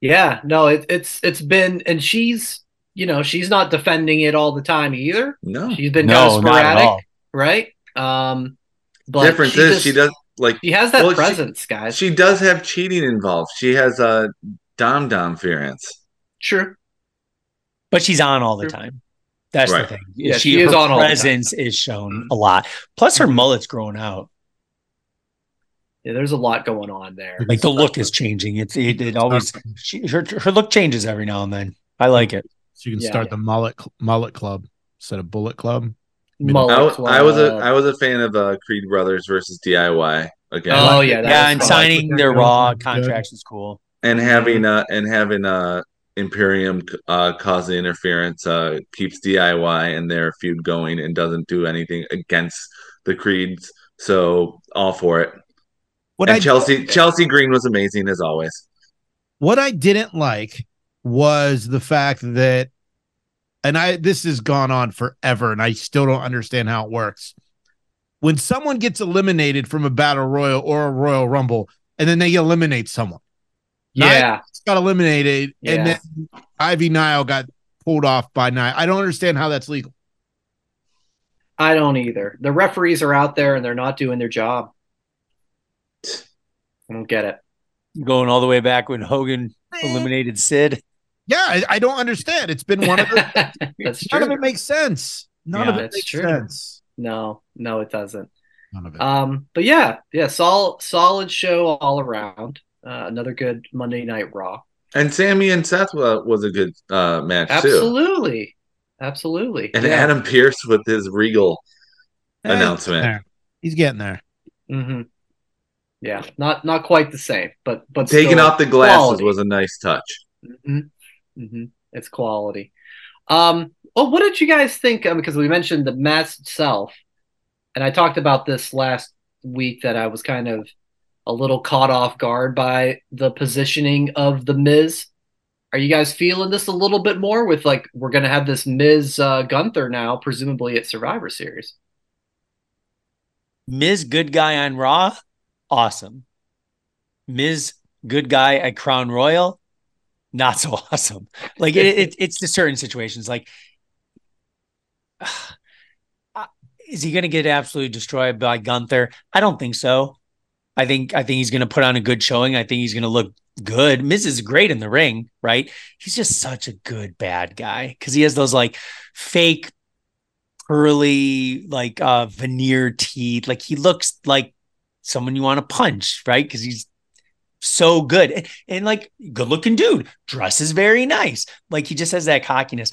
Yeah, no, it, it's it's been, and she's you know she's not defending it all the time either. No, She's been kind no, of not at all. sporadic, right? Um, but difference is she just- does like she has that well, she- presence, guys. she does have cheating involved. She has a uh, dom dom ference. True. But she's on all the True. time. That's Right. the thing. Yeah, she, she is her on all the time. presence is shown a lot. Plus, her mullet's growing out. Yeah, there's a lot going on there. Like the look is changing. It's it, it always she, her her look changes every now and then. I like it. So you can Yeah. start the mullet cl- mullet club instead of bullet club. I, Mullet w- I was a club. I was a fan of uh, Creed Brothers versus DIY again, Oh yeah, that yeah, was and fun. signing their Yeah. raw contracts is cool. and having uh and having uh Imperium uh, cause the interference uh, keeps DIY and their feud going and doesn't do anything against the Creeds. So all for it. What and I Chelsea Chelsea Green was amazing as always. what I didn't like was the fact that, and I this has gone on forever, and I still don't understand how it works. When someone gets eliminated from a battle royal or a royal rumble, and then they eliminate someone, Yeah, it's got eliminated, and Yeah. then Ivy Nile got pulled off by Nile. I don't understand how that's legal. I don't either. The referees are out there and they're not doing their job. I don't get it. Going all the way back when Hogan eliminated Sid. Yeah, I, I don't understand. It's been one of the, (laughs) That's none of true. it makes sense. None Yeah, of it that's makes true. sense. No, no, it doesn't. None of it. Um, but yeah, yeah, solid, solid show all around. Uh, another good Monday Night Raw. And Sammy and Seth wa- was a good uh, match too. Absolutely, absolutely. And yeah. Adam Pierce with his regal Eh, announcement. there. He's getting there. hmm Yeah, not not quite the same, but but Taking still- off the glasses quality. was a nice touch. hmm hmm It's quality. Um, well, what did you guys think? um, Because we mentioned the mask itself, and I talked about this last week that I was kind of a little caught off guard by the positioning of the Miz. Are you guys feeling this a little bit more with like we're gonna have this Miz uh, Gunther now, presumably at Survivor Series? Miz Good Guy on Raw, awesome. Miz Good Guy at Crown Royal, not so (laughs) awesome. Like it, it it's the certain situations. Like, (sighs) uh, is he going to get absolutely destroyed by Gunther? I don't think so. I think I think he's going to put on a good showing. I think he's going to look good. Miz is great in the ring, right? He's just such a good bad guy because he has those like fake pearly like uh veneer teeth like he looks like someone you want to punch right because he's so good and, and, like good looking dude dresses very nice like he just has that cockiness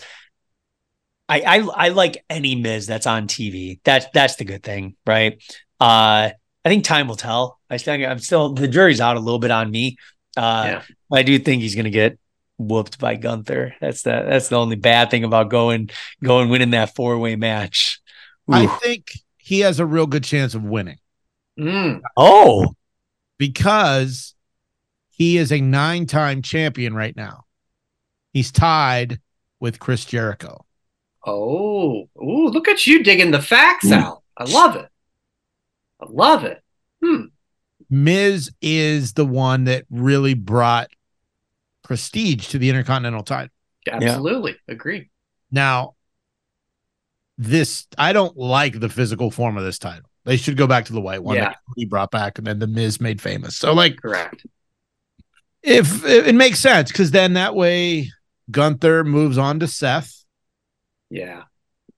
I, I i like any miz that's on tv that's that's the good thing right uh i think time will tell i still i'm still the jury's out a little bit on me uh Yeah. i do think he's gonna get whooped by gunther that's the that's the only bad thing about going go and winning that four way match. I Ooh. think he has a real good chance of winning Mm, oh, because he is a nine time champion right now. He's tied with Chris Jericho. Oh, ooh, look at you digging the facts out. I love it. I love it. Miz is the one that really brought prestige to the Intercontinental title. Absolutely agree. Now, this, I don't like the physical form of this title. They should go back to the white one Yeah. that he brought back and then the Miz made famous. So like Correct. if it, it makes sense because then that way Gunther moves on to Seth Yeah.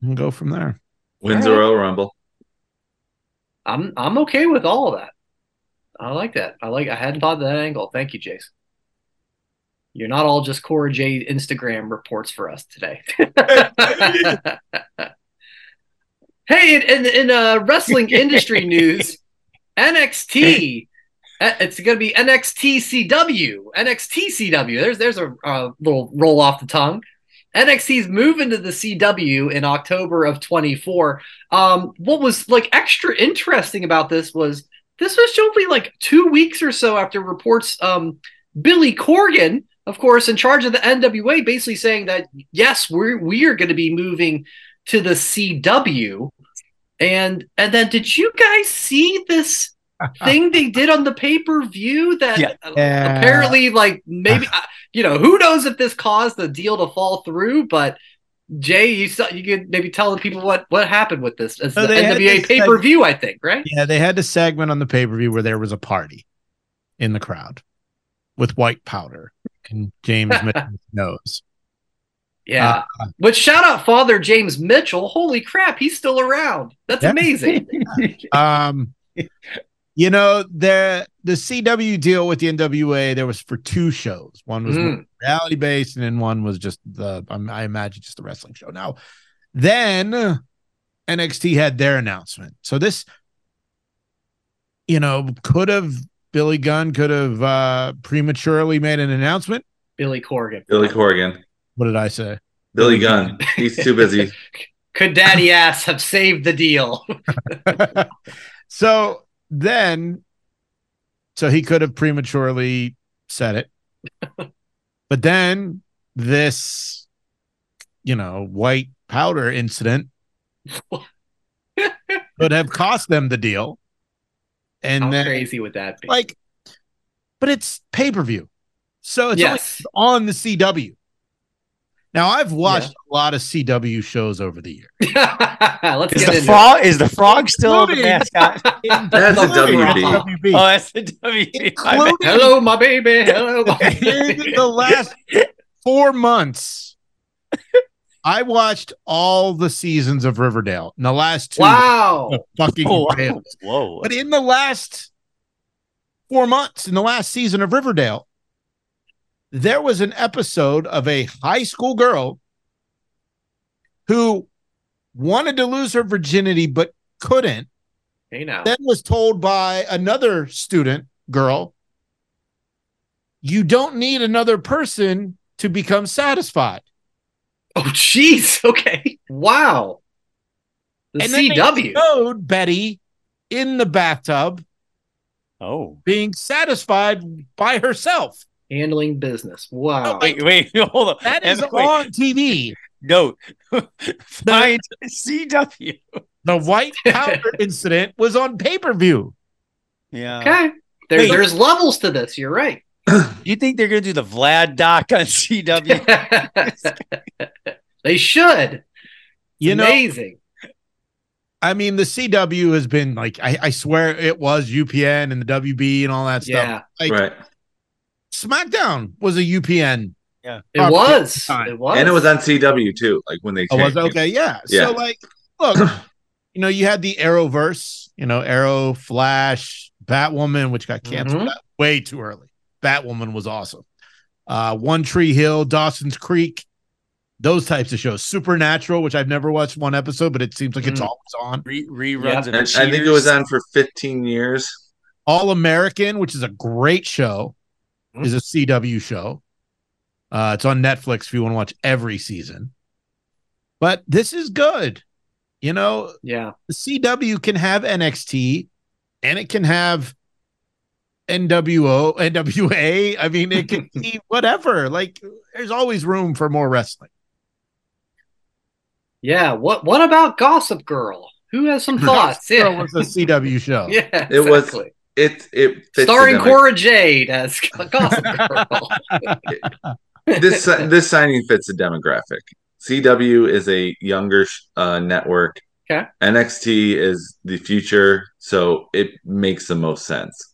and go from there. Wins the All right. Royal Rumble. I'm I'm okay with all of that. I like that. I like I hadn't thought of that angle. Thank you, Jason. You're not all just Cora J Instagram reports for us today. (laughs) hey, in in, in uh, wrestling industry news, NXT. uh, It's going to be NXTCW. NXTCW. There's there's a, a little roll off the tongue. NXT's moving to the CW in October of 24. Um, what was like extra interesting about this was this was only like two weeks or so after reports. Um, Billy Corgan, of course, in charge of the NWA, basically saying that yes, we're we are going to be moving to the CW, and and then did you guys see this thing they did on the pay per view that Yeah. uh, apparently like uh. maybe I- you know who knows if this caused the deal to fall through, but Jay, you saw, you could maybe tell the people what what happened with this. It's Oh, the they had NWA this pay per view, I think, right? Yeah, they had the segment on the pay per view where there was a party in the crowd with white powder and James Mitchell's nose. Uh, Yeah. but shout out Father James Mitchell. Holy crap, he's still around. That's Yeah. (laughs) amazing. Um, you know the the CW deal with the NWA there was for two shows. One was Mm. reality based, and then one was just the I'm- I imagine just the wrestling show. Now, then uh, NXT had their announcement. So this, you know, could have Billy Gunn could have uh, prematurely made an announcement. Billy Corgan. Billy Corgan. What did I say? Billy Gunn. He's too (laughs) busy. Could Daddy Ass have saved the deal? (laughs) so then, so he could have prematurely said it, (laughs) but then this, you know, white powder (laughs) incident could have cost them the deal, (laughs) and How then crazy would that be? like, but it's pay per view, so oh, it's only yes. (laughs) on the CW. Now I've watched a lot of CW shows over the years. Let's Is get the into it. frog is the frog still the Including- mascot? That's a Including WB. (laughs) Oh, that's the WB. Including (laughs) Hello, my baby. Hello, (laughs) my baby. in the last four months, I watched all the seasons of Riverdale. In the last two, Wow. fucking Oh, wow. rails. Whoa. But in the last four months, in the last season of Riverdale, there was an episode of a high school girl who wanted to lose her virginity but couldn't Hey now. then was told by another student girl you don't need another person to become satisfied Oh, jeez. (laughs) Okay. Wow. The And then they CW. showed betty in the bathtub Oh. being satisfied by herself handling business. Oh, Wow. Wait, wait, (laughs) hold on. that is Wait, on tv No. (laughs) Find CW. (laughs) the white powder incident was on pay-per-view Yeah. okay. There, Wait. there's levels to this. You're right. You think they're gonna do the Vlad doc on (laughs) CW? they should. you know Amazing. i mean the cw has been like I, I swear it was upn and the wb and all that stuff Yeah. like Right. smackdown was a upn It was. It was. And it was on CW too, like when they Oh, was changed it? it. okay. Yeah. Yeah. So like, look, (clears throat) you know, you had the Arrowverse, you know, Arrow, Flash, Batwoman, which got canceled Mhm. that- way too early. Batwoman was awesome. Uh, One Tree Hill, Dawson's Creek, those types of shows. Supernatural, which I've never watched one episode, but it seems like it's Mm. always on. Re- Yeah. reruns of And I think it was on for 15 years. All American, which is a great show, Mhm. is a CW show. Uh, it's on Netflix if you want to watch every season. But this is good. You know, Yeah. the CW can have NXT and it can have NWO, NWA. I mean, (laughs) it can be whatever. Like, there's always room for more wrestling. Yeah. What What about Gossip Girl? Who has (laughs) some thoughts? It Yeah. was a CW show. (laughs) Yeah. It was exactly. It it fits starring the demo- Cora Jade as (laughs) Gossip Girl. (laughs) this si- this signing fits the demographic. CW is a younger sh- uh, network. Okay. NXT is the future, so it makes the most sense.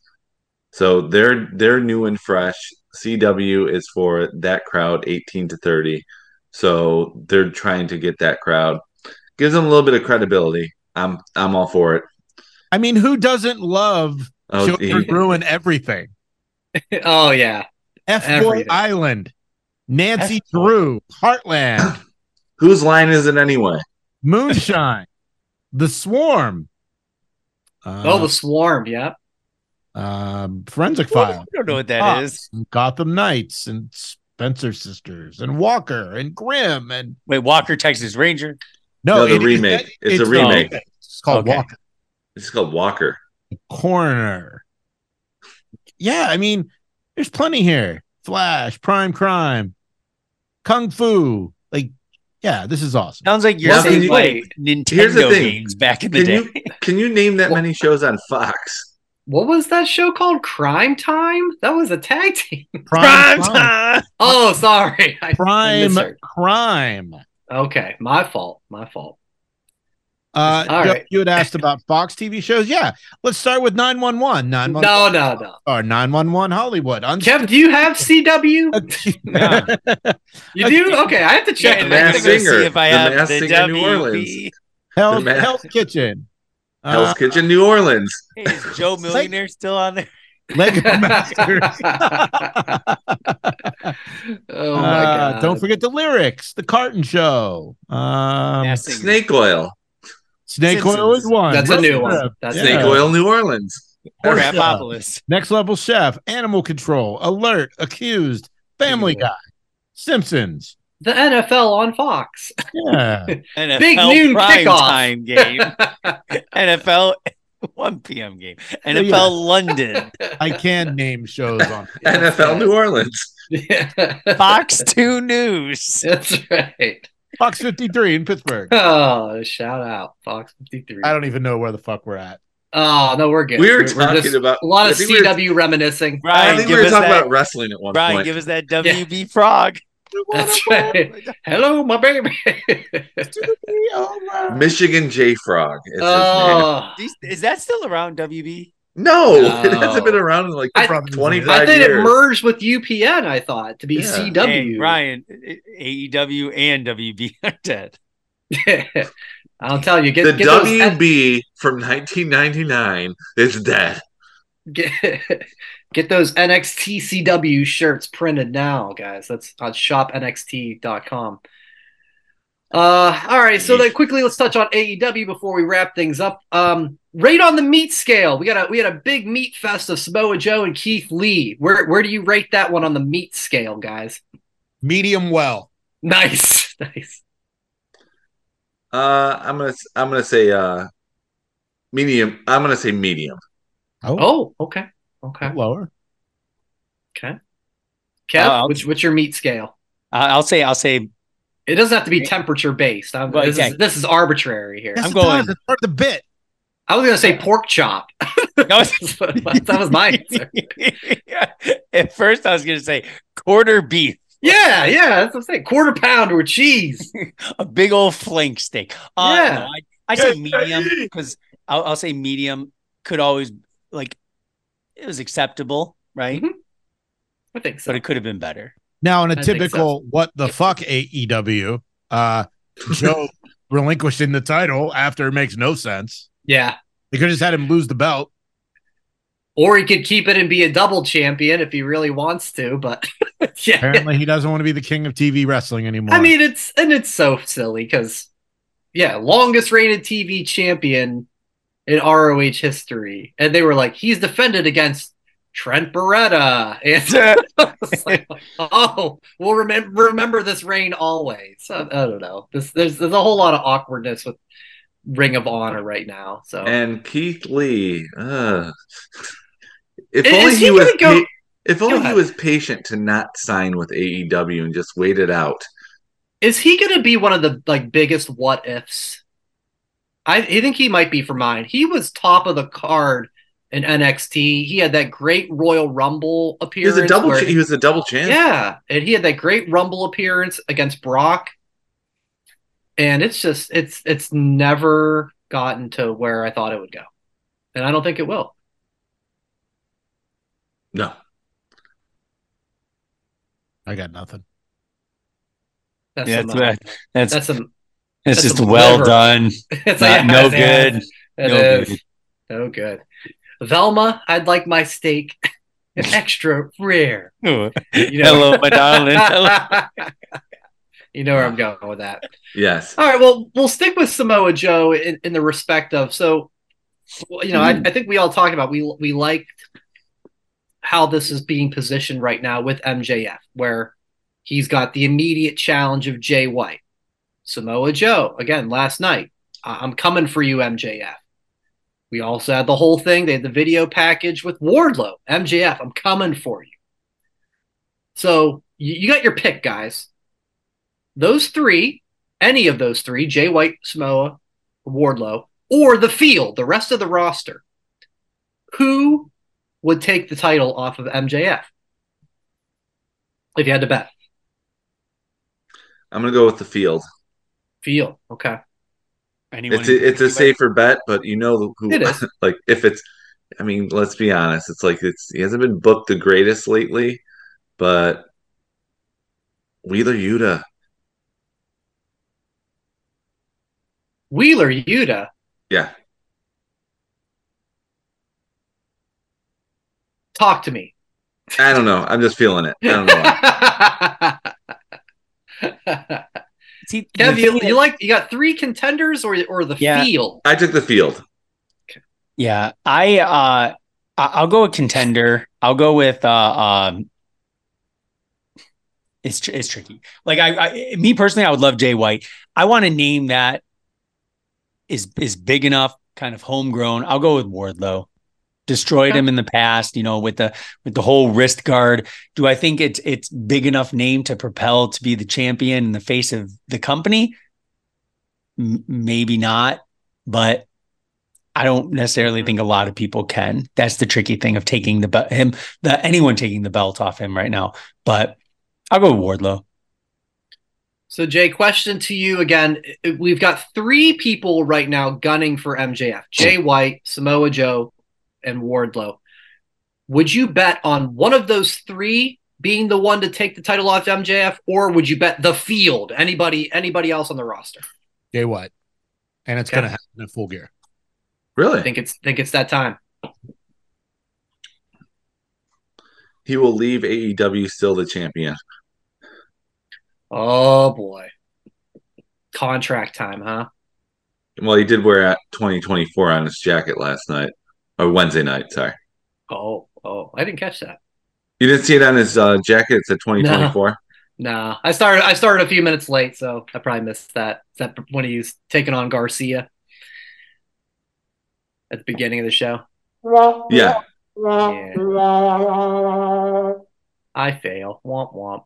So they're they're new and fresh. CW is for that crowd 18 to 30. So they're trying to get that crowd. Gives them a little bit of credibility. I'm I'm all for it. I mean, who doesn't love Oh, children ruin everything? oh yeah. F Boy Everything. Island, Nancy F-Boy. Drew, (laughs) Heartland, Whose line is it anyway? Moonshine, The Swarm. Uh, oh, the swarm. Yep. um, Forensic I File, don't know what that Fox, is. and Gotham Knights, and Spencer Sisters, and Walker, and Grimm, and Wait, Walker Texas Ranger. No, the it is- remake. It's a the remake. It's called Okay. Walker It's called Walker. Coroner. Yeah, I mean, there's plenty here. Flash, Prime Crime, Kung Fu. Like, yeah, this is awesome. Sounds like you're Well, saying you- like here's the Nintendo thing. games back in the Can day. you can you name that many shows on Fox? What was that show called? Crime Time? That was a tag (laughs) team. Prime, Crime. (laughs) time. Oh, sorry. (laughs) I- I Prime misheard. Crime. Okay, my fault. My fault. Uh, All Joe, right. you had asked about Fox TV shows. Yeah, let's start with 911. 911 No, no, no. or 911 Hollywood. Uns- Kev, do you have CW? Yeah. You do? Okay, I have to check. Yeah, The that. I'm Masked gonna see Singer. if I The have Masked the Singer New WB. Orleans. Hell's, The man- Hell's Kitchen. Hell's Uh, Kitchen, New Orleans. Hey, is Joe Millionaire still on there? (laughs) (laughs) Lego Masters. oh my Uh, god! don't forget the lyrics, the Carton Show. Um, Masked Singer. Snake Oil. Snake Simpsons. Oil is one. That's a Road new Trip, one. That's Yeah. Snake Oil, New Orleans. Or Yeah. Appopolis. Next Level Chef, Animal Control, Alert, Accused, Family Yeah. Guy, Simpsons. the NFL on Fox. (laughs) Yeah. NFL Big noon prime kickoff. time game. NFL 1 p.m. game. NFL yeah. London. I can name shows on NFL New Orleans. yeah, Fox 2 News. that's right. Fox 53 in Pittsburgh. Oh, shout out Fox 53. I don't even know where the fuck we're at. Oh no, we're good. We were talking just- about- a lot I of think we were- CW reminiscing. I Brian, think we give were us talking that, about wrestling at one Brian, point. give us that WB frog. That's right. Hello, my baby. Michigan J Frog. is his name. oh, These- Is that still around WB? No, (laughs) No. it hasn't been around in like I- 25 I think it years. merged with UPN. I thought to be Yeah. CW. Hey, Brian, AEW and WB (laughs) are dead. (laughs) I'll tell you. Get, the get those WB from 1999 is dead. get, (laughs) get those NXT CW shirts printed now, guys. That's on shopnxt.com. Uh, all right, so then quickly let's touch on AEW before we wrap things up. Um, rate on the meat scale. We got a we had a big meat fest of Samoa Joe and Keith Lee. Where where do you rate that one on the meat scale, guys? (laughs) Medium well. Nice, (laughs) nice. Uh, I'm gonna I'm gonna say uh, medium. I'm gonna say medium. Oh, okay, okay, lower. okay. Kev, Uh, what's what's your meat scale? I- I'll say, I'll say, It doesn't have to be temperature based. I'm, Well, this, okay. is, this is arbitrary here. Yes, I'm it does. going- It's part of the bit. I was gonna say pork chop. (laughs) no, That's what it was. that was (laughs) my (laughs) answer. at first I was going to say quarter beef, Yeah, yeah, that's what I'm saying. Quarter pounder with cheese. (laughs) a big old flank steak. Uh, Yeah. no, I, I say medium because I'll, I'll say medium could always like it was acceptable, right? Mhm. I think so. But it could have been (laughs) better. Now, in a I think so. typical what the fuck AEW, uh, (laughs) Joe relinquishing the title after it makes no sense. Yeah, They could have just had him lose the belt. or he could keep it and be a double champion if he really wants to. But (laughs) yeah, Apparently, he doesn't want to be the king of TV wrestling anymore. I mean, it's and it's so silly because yeah, longest reigning TV champion in ROH history, and they were like, he's defended against Trent Beretta, (laughs) and It's like, oh, we'll remember remember this reign always. I, I don't know. This there's there's a whole lot of awkwardness with Ring of Honor right now. So And Keith Lee. Uh, if Is- only is he, he was. gonna go- pa- if Go only he ahead. was patient to not sign with AEW and just wait it out. is he going to be one of the like biggest what ifs? I, I think he might be for mine. He was top of the card in NXT. He had that great Royal Rumble He was appearance. a double. where Cha- he was a double champ. yeah, and he had that great Rumble appearance against Brock. and it's just it's it's never gotten to where I thought it would go, and I don't think it will. No. I got nothing. That's Yeah, some, uh, that's that- that's that's some (laughs) that's that's just a well lever. done. it's Not, like, no (laughs) yeah, good. it no is. good. No good. Velma, I'd like my steak (laughs) extra rare. You know- Hello, (laughs) my darling. Hello. you know where I'm going with that. Yes. All right. Well, we'll stick with Samoa Joe in, in the respect of so, well, you know, I, I think we all talked about we we liked how this is being positioned right now with MJF, where he's got the immediate challenge of Jay White, Samoa Joe again last night. I- I'm coming for you, MJF. We also had the whole thing. They had the video package with Wardlow, MJF. I'm coming for you. So you, you got your pick, guys. Those three any of those three, Jay White, Samoa, Wardlow, or the field, the rest of the roster, who would take the title off of MJF? If you had to bet. I'm gonna go with the field. Field. Okay. Anyone- It's a, it's a anybody? safer bet, but you know who It is. (laughs) like if it's I mean, let's be honest, it's like it's he hasn't been booked the greatest lately, but Wheeler Yuta. Wheeler Yuta. Yeah. Talk to me. I don't know. I'm just feeling it. I don't (laughs) know. See, the Kev, you, thing you is- like you got three contenders or or the Yeah. field? I took the field. yeah, I uh, I- I'll go with contender. I'll go with uh, um, it's tr- it's tricky. Like I, I, me personally, I would love Jay White. I want a name that is is big enough, kind of homegrown. I'll go with Wardlow. Destroyed him in the past, you know, with the with the whole wrist guard. Do I think it's it's big enough name to propel to be the champion in the face of the company? M- maybe not, but I don't Mm-hmm. necessarily think a lot of people can. That's the tricky thing of taking the be- him the anyone taking the belt off him right now. But I'll go with Wardlow. So, Jay, question to you again. We've got three people right now gunning for MJF Jay White, Samoa Joe, and Wardlow. Would you bet on one of those three being the one to take the title off MJF, or would you bet the field? Anybody, anybody else on the roster? Jay White. And it's Okay. gonna happen in full gear. Really? I think it's think it's that time. he will leave AEW still the champion. Oh boy, contract time, huh? Well, he did wear a 2024 on his jacket last night or Wednesday night. Sorry, Oh, oh, I didn't catch that. you didn't see it on his uh, jacket. It's a 2024. Nah, I started. I started a few minutes late, so I probably missed that. Is that when he's taking on Garcia at the beginning of the show? Yeah, Yeah. I fail. Womp womp.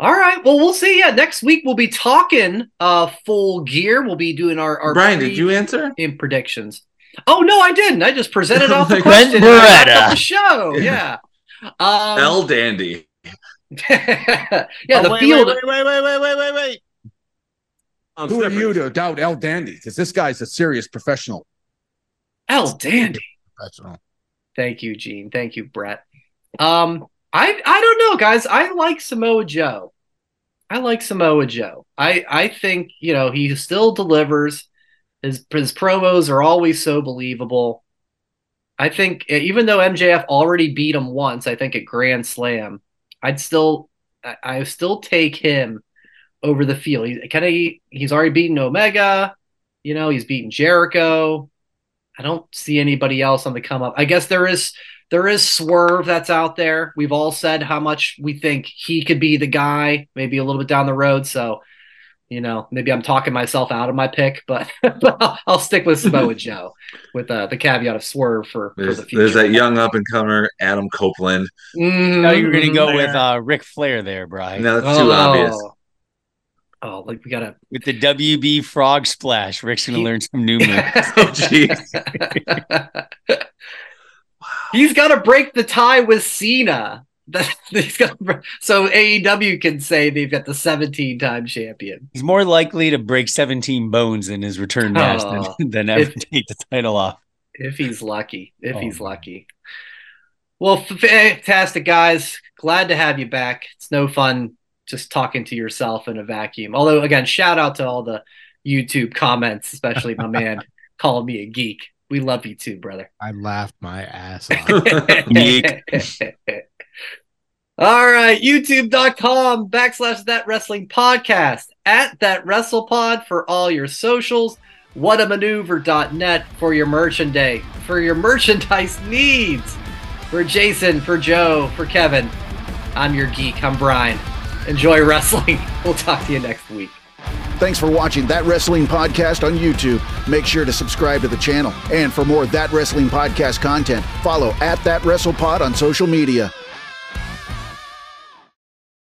All right. Well, we'll see. Yeah, next week we'll be talking uh full gear. We'll be doing our our Brian, did pre- you answer? in predictions. Oh no, I didn't. I just (laughs) presented off the Like question. and Brent wrapped Beretta. up the show. Yeah. Um, (laughs) (laughs) L Dandy. yeah, Oh, the wait, field. Wait, wait, wait, wait, wait, wait, wait. Um, Who are Clifford. you to doubt El Dandy? Because this guy's a serious professional. L Dandy. Professional. Thank you, Gene. Thank you, Brett. Um, I I don't know, guys. I like Samoa Joe. I like Samoa Joe. I I think you know he still delivers. His his promos are always so believable. I think eh, even though MJF already beat him once, I think at Grand Slam, I'd still I, I still take him over the field. He, can he, he's already beaten Omega. You know he's beaten Jericho. I don't see anybody else on the come up. I guess there is there is Swerve that's out there. We've all said how much we think he could be the guy, maybe a little bit down the road. So, you know, maybe I'm talking myself out of my pick, but, (laughs) but I'll, I'll stick with Samoa Joe with uh, the caveat of Swerve for, for There's, the future. there's that young up and comer Adam Copeland. Mhm. No, you're gonna go with uh Ric Flair there, Brian. No, that's Oh. too obvious. Oh, like we gotta. (laughs) With the WB frog splash. Rick's gonna He- learn some new moves. (laughs) Oh, (laughs) jeez. He's got to break the tie with Cena. (laughs) He's got- so AEW can say they've got the 17 time champion. He's more likely to break 17 bones in his return match Oh, than, than ever if- (laughs) take the title off. If he's lucky. If Oh, he's man. lucky. Well, f- fantastic, guys. Glad to have you back. It's no fun just talking to yourself in a vacuum. Although, again, shout out to all the YouTube comments, especially my (laughs) man calling me a geek. We love you too, brother. I laughed (laughs) my ass off. (laughs) Geek. All right, youtube.com backslash that wrestling podcast at that wrestle pod for all your socials, whatamaneuver.net for your merchandise, for your merchandise needs. For Jason, for Joe, for Kevin, I'm your geek, I'm Brian. Enjoy wrestling. (laughs) We'll talk to you next week. Thanks for watching That Wrestling Podcast on YouTube. Make sure to subscribe to the channel. And for more That Wrestling Podcast content, follow at That Wrestle Pod on social media.